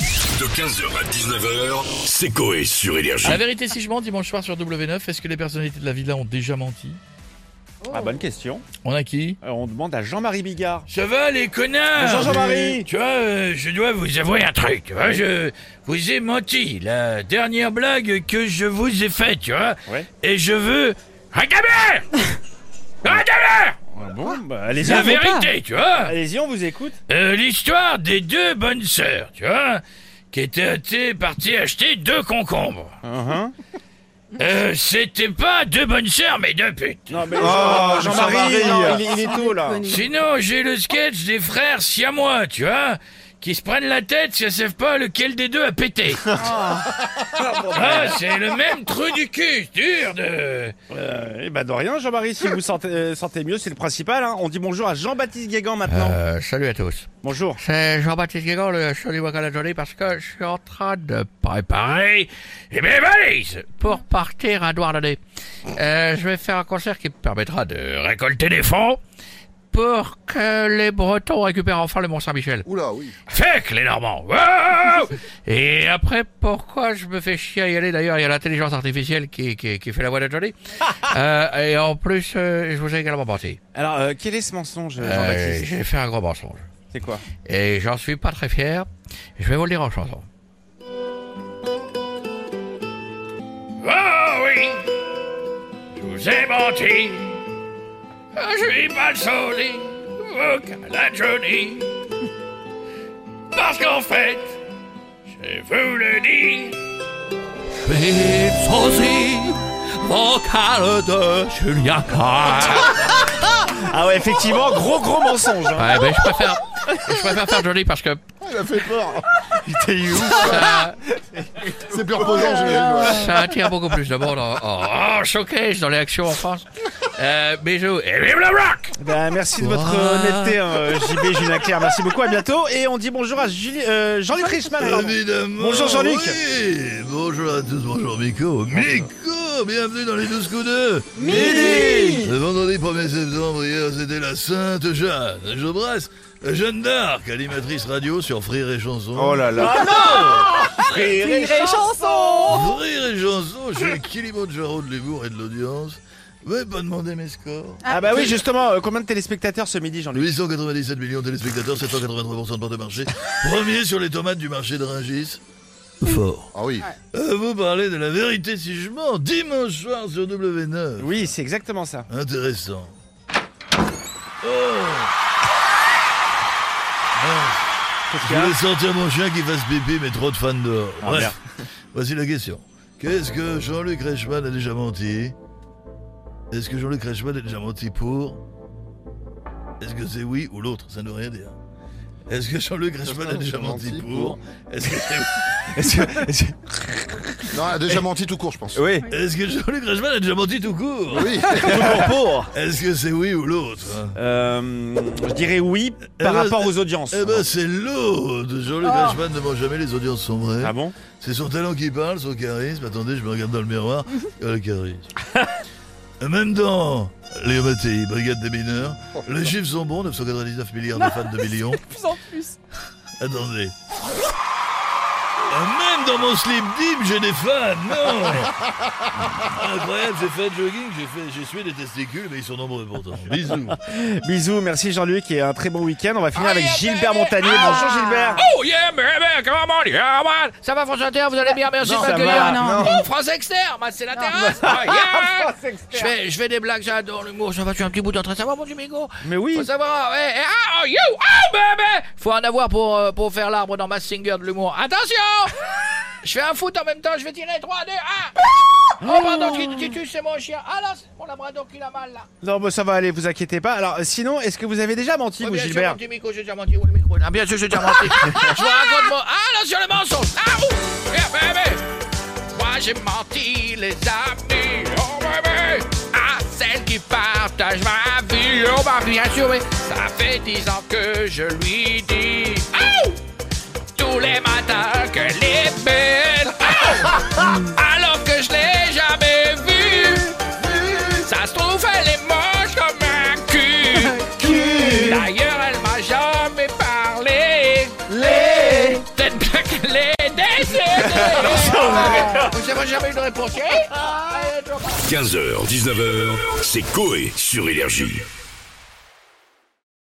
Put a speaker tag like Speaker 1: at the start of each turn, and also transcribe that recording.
Speaker 1: De 15h à 19h, c'est Coé sur Énergie.
Speaker 2: La vérité, si je mens, dimanche soir sur W9, est-ce que les personnalités de la villa ont déjà menti
Speaker 3: Ah, bonne question.
Speaker 2: On a qui
Speaker 3: Alors, on demande à Jean-Marie Bigard.
Speaker 2: Ça va les connards
Speaker 3: Bonjour, Jean-Marie.
Speaker 2: Tu vois, euh, je dois vous avouer un truc, tu vois, je vous ai menti. La dernière blague que je vous ai faite, tu vois,
Speaker 3: Ouais.
Speaker 2: et je veux... Récamère Récamère
Speaker 3: bon, bah, allez-y.
Speaker 2: La vérité, tu vois
Speaker 3: Allez-y, on vous écoute.
Speaker 2: Euh, l'histoire des deux bonnes sœurs, tu vois, qui étaient étaient parties acheter deux concombres.
Speaker 3: Uhum.
Speaker 2: Euh, c'était pas deux bonnes sœurs, mais deux putes.
Speaker 3: Non, mais Jean- Jean-Marie, non, il, est- il est tôt là.
Speaker 2: Sinon, j'ai le sketch des frères siamois, tu vois, qui se prennent la tête si elles savent pas lequel des deux a pété. Ah, c'est le même trou du cul, c'est dur de...
Speaker 3: Euh, Eh ben, de rien, Jean-Marie, si vous sentez, euh, sentez mieux, c'est le principal. hein. On dit bonjour à Jean-Baptiste Guégan maintenant.
Speaker 2: Euh. salut à tous.
Speaker 3: Bonjour.
Speaker 2: C'est Jean-Baptiste Guégan, le show du Wakala Jolie, parce que je suis en train de préparer mes valises pour partir à Douarnenez. Euh, je vais faire un concert qui me permettra de récolter des fonds pour que les Bretons récupèrent enfin le Mont-Saint-Michel.
Speaker 4: Oula, oui.
Speaker 2: Fuck les Normands Wow Et après, pourquoi je me fais chier à y aller D'ailleurs, il y a l'intelligence artificielle qui, qui, qui fait la voix de Jolie. Euh, et en plus, euh, je vous ai également menti.
Speaker 3: Alors, euh, quel est ce mensonge,
Speaker 2: Euh,
Speaker 3: Jean-Baptiste
Speaker 2: J'ai fait un gros mensonge.
Speaker 3: C'est quoi
Speaker 2: Et j'en suis pas très fier. Je vais vous le dire en chanson. Oh oui, je vous ai menti. Je suis pas le solide, la Johnny. Parce qu'en fait, je vous le dis. Je suis aussi vocal de Julien Carr.
Speaker 3: Ah ouais, effectivement, gros gros mensonge.
Speaker 2: Ouais,
Speaker 3: hein.
Speaker 2: ben je préfère, je préfère faire Johnny parce que
Speaker 4: Il a fait peur.
Speaker 3: T'es ouf.
Speaker 2: ça,
Speaker 4: C'est plus reposant, j'imagine.
Speaker 2: Ça attire beaucoup plus de monde Oh, en, en- en showcase dans les actions en France. Euh, bisous et vive le rock
Speaker 3: Bah, merci de votre
Speaker 2: Ouah.
Speaker 3: honnêteté, hein, JB, Julien Clerc. Merci beaucoup, à bientôt. Et on dit bonjour à Julie- euh, Jean-Luc Richman. pardon.
Speaker 5: Évidemment.
Speaker 3: Bonjour, Jean-Luc.
Speaker 5: Oui, bonjour à tous, bonjour Miko. Miko, bienvenue dans les 12 coups de
Speaker 3: Midi.
Speaker 5: Le vendredi 1er septembre, hier, c'était la Sainte Jeanne. J'embrasse Jeanne d'Arc, animatrice radio sur Frire et Chanson.
Speaker 4: Oh là là.
Speaker 5: Frire et Chanson, je suis le Kilimanjaro de l'humour et de l'audience. Vous m'avez pas demandé mes scores
Speaker 3: Ah bah oui, justement, euh, combien de téléspectateurs ce midi, Jean-Luc
Speaker 5: 897 millions de téléspectateurs, 783% de part de marché. Premier sur les tomates du marché de Rungis. Fort.
Speaker 4: Ah oui.
Speaker 5: Euh, vous parlez de la vérité si je mens, dimanche soir sur W9.
Speaker 3: Oui, c'est exactement ça.
Speaker 5: Intéressant. Oh
Speaker 3: Qu'est-ce
Speaker 5: Je
Speaker 3: qu'il y a
Speaker 5: voulais sortir mon chien qui fasse pipi, mais trop de fans dehors.
Speaker 3: Ah, merde.
Speaker 5: Bref, voici la question. Qu'est-ce que Jean-Luc Reichmann a déjà menti Est-ce que Jean-Luc Reichmann a déjà menti pour Est-ce que c'est oui ou l'autre Ça ne veut rien dire. Est-ce que Jean-Luc Reichmann a déjà menti pour Est-ce que c'est
Speaker 3: Est-ce que- est-ce que-
Speaker 4: Non, elle a déjà menti tout court, je pense.
Speaker 3: Oui.
Speaker 5: Est-ce que Jean-Luc Reichmann a déjà menti tout court
Speaker 4: Oui.
Speaker 3: Pour, pour.
Speaker 5: Est-ce que c'est oui ou l'autre hein
Speaker 3: Euh, je dirais oui par
Speaker 5: Eh ben,
Speaker 3: rapport aux audiences.
Speaker 5: Eh ben c'est l'autre Jean-Luc Reichmann ne ment jamais, les audiences sont vraies.
Speaker 3: Ah bon
Speaker 5: C'est son talent qui parle, son charisme. Attendez, je me regarde dans le miroir. Ah, le charisme. Même dans Léo Mattei, Brigade des mineurs, les chiffres sont bons, 999 milliards de fans de millions.
Speaker 6: Oh. plus en plus.
Speaker 5: Attendez. Ah, Même dans mon slip deep, j'ai des fans, non Incroyable, j'ai fait jogging, j'ai fait, j'ai sué des testicules, mais ils sont nombreux pourtant. Bisous.
Speaker 3: Bisous, merci Jean-Luc et un très bon week-end. On va finir avec Gilbert Montagnier. Bonjour Gilbert.
Speaker 2: Oh yeah, baby, come on, yeah, man. Ça va, François Inter, vous allez bien, merci
Speaker 3: Non,
Speaker 2: de
Speaker 3: ça
Speaker 2: m'accueillir.
Speaker 3: va, non.
Speaker 2: Oh, France Exter, bah, c'est la terrasse. Oh, yeah. Je fais, je fais des blagues, j'adore l'humour. Ça va, tu as un petit bout d'entrée, ça va, mon Jimigo
Speaker 3: Mais oui.
Speaker 2: Faut savoir, ouais. et- ah, oh, you, oh, baby Faut en avoir pour, euh, pour faire l'arbre dans Mass Singer de l'humour. Attention Je fais un foot en même temps, je vais tirer 3, 2, 1 Oh, pardon, Tit- Titus, c'est mon chien. Ah là, c'est mon labrador qui l'a mal, là.
Speaker 3: Non, bah ça va aller, vous inquiétez pas. Alors, sinon, est-ce que vous avez déjà menti,
Speaker 2: Ah,
Speaker 3: vous,
Speaker 2: bien sûr,
Speaker 3: Gilbert
Speaker 2: mon petit micro, j'ai déjà menti. Où est le micro là Ah, bien sûr, j'ai déjà menti. je vous raconte mon. Ah, là, sur le mensonge. Ah, ouh Yeah, baby Moi, j'ai menti, les amis. Oh, baby À celle qui partage ma vie. Oh, bah, bien sûr, oui. Ça fait dix ans que je lui dis. Ah, ouh Tous les matins qu'elle est belle. Ah, ouh Alors que je l'ai jamais vue. Ça se trouve, elle est moche comme un cul. D'ailleurs, elle m'a jamais parlé. Peut-être bien qu'elle est
Speaker 7: Vous avez jamais une réponse. Eh
Speaker 1: 15h, 19h, c'est Coé sur Énergie.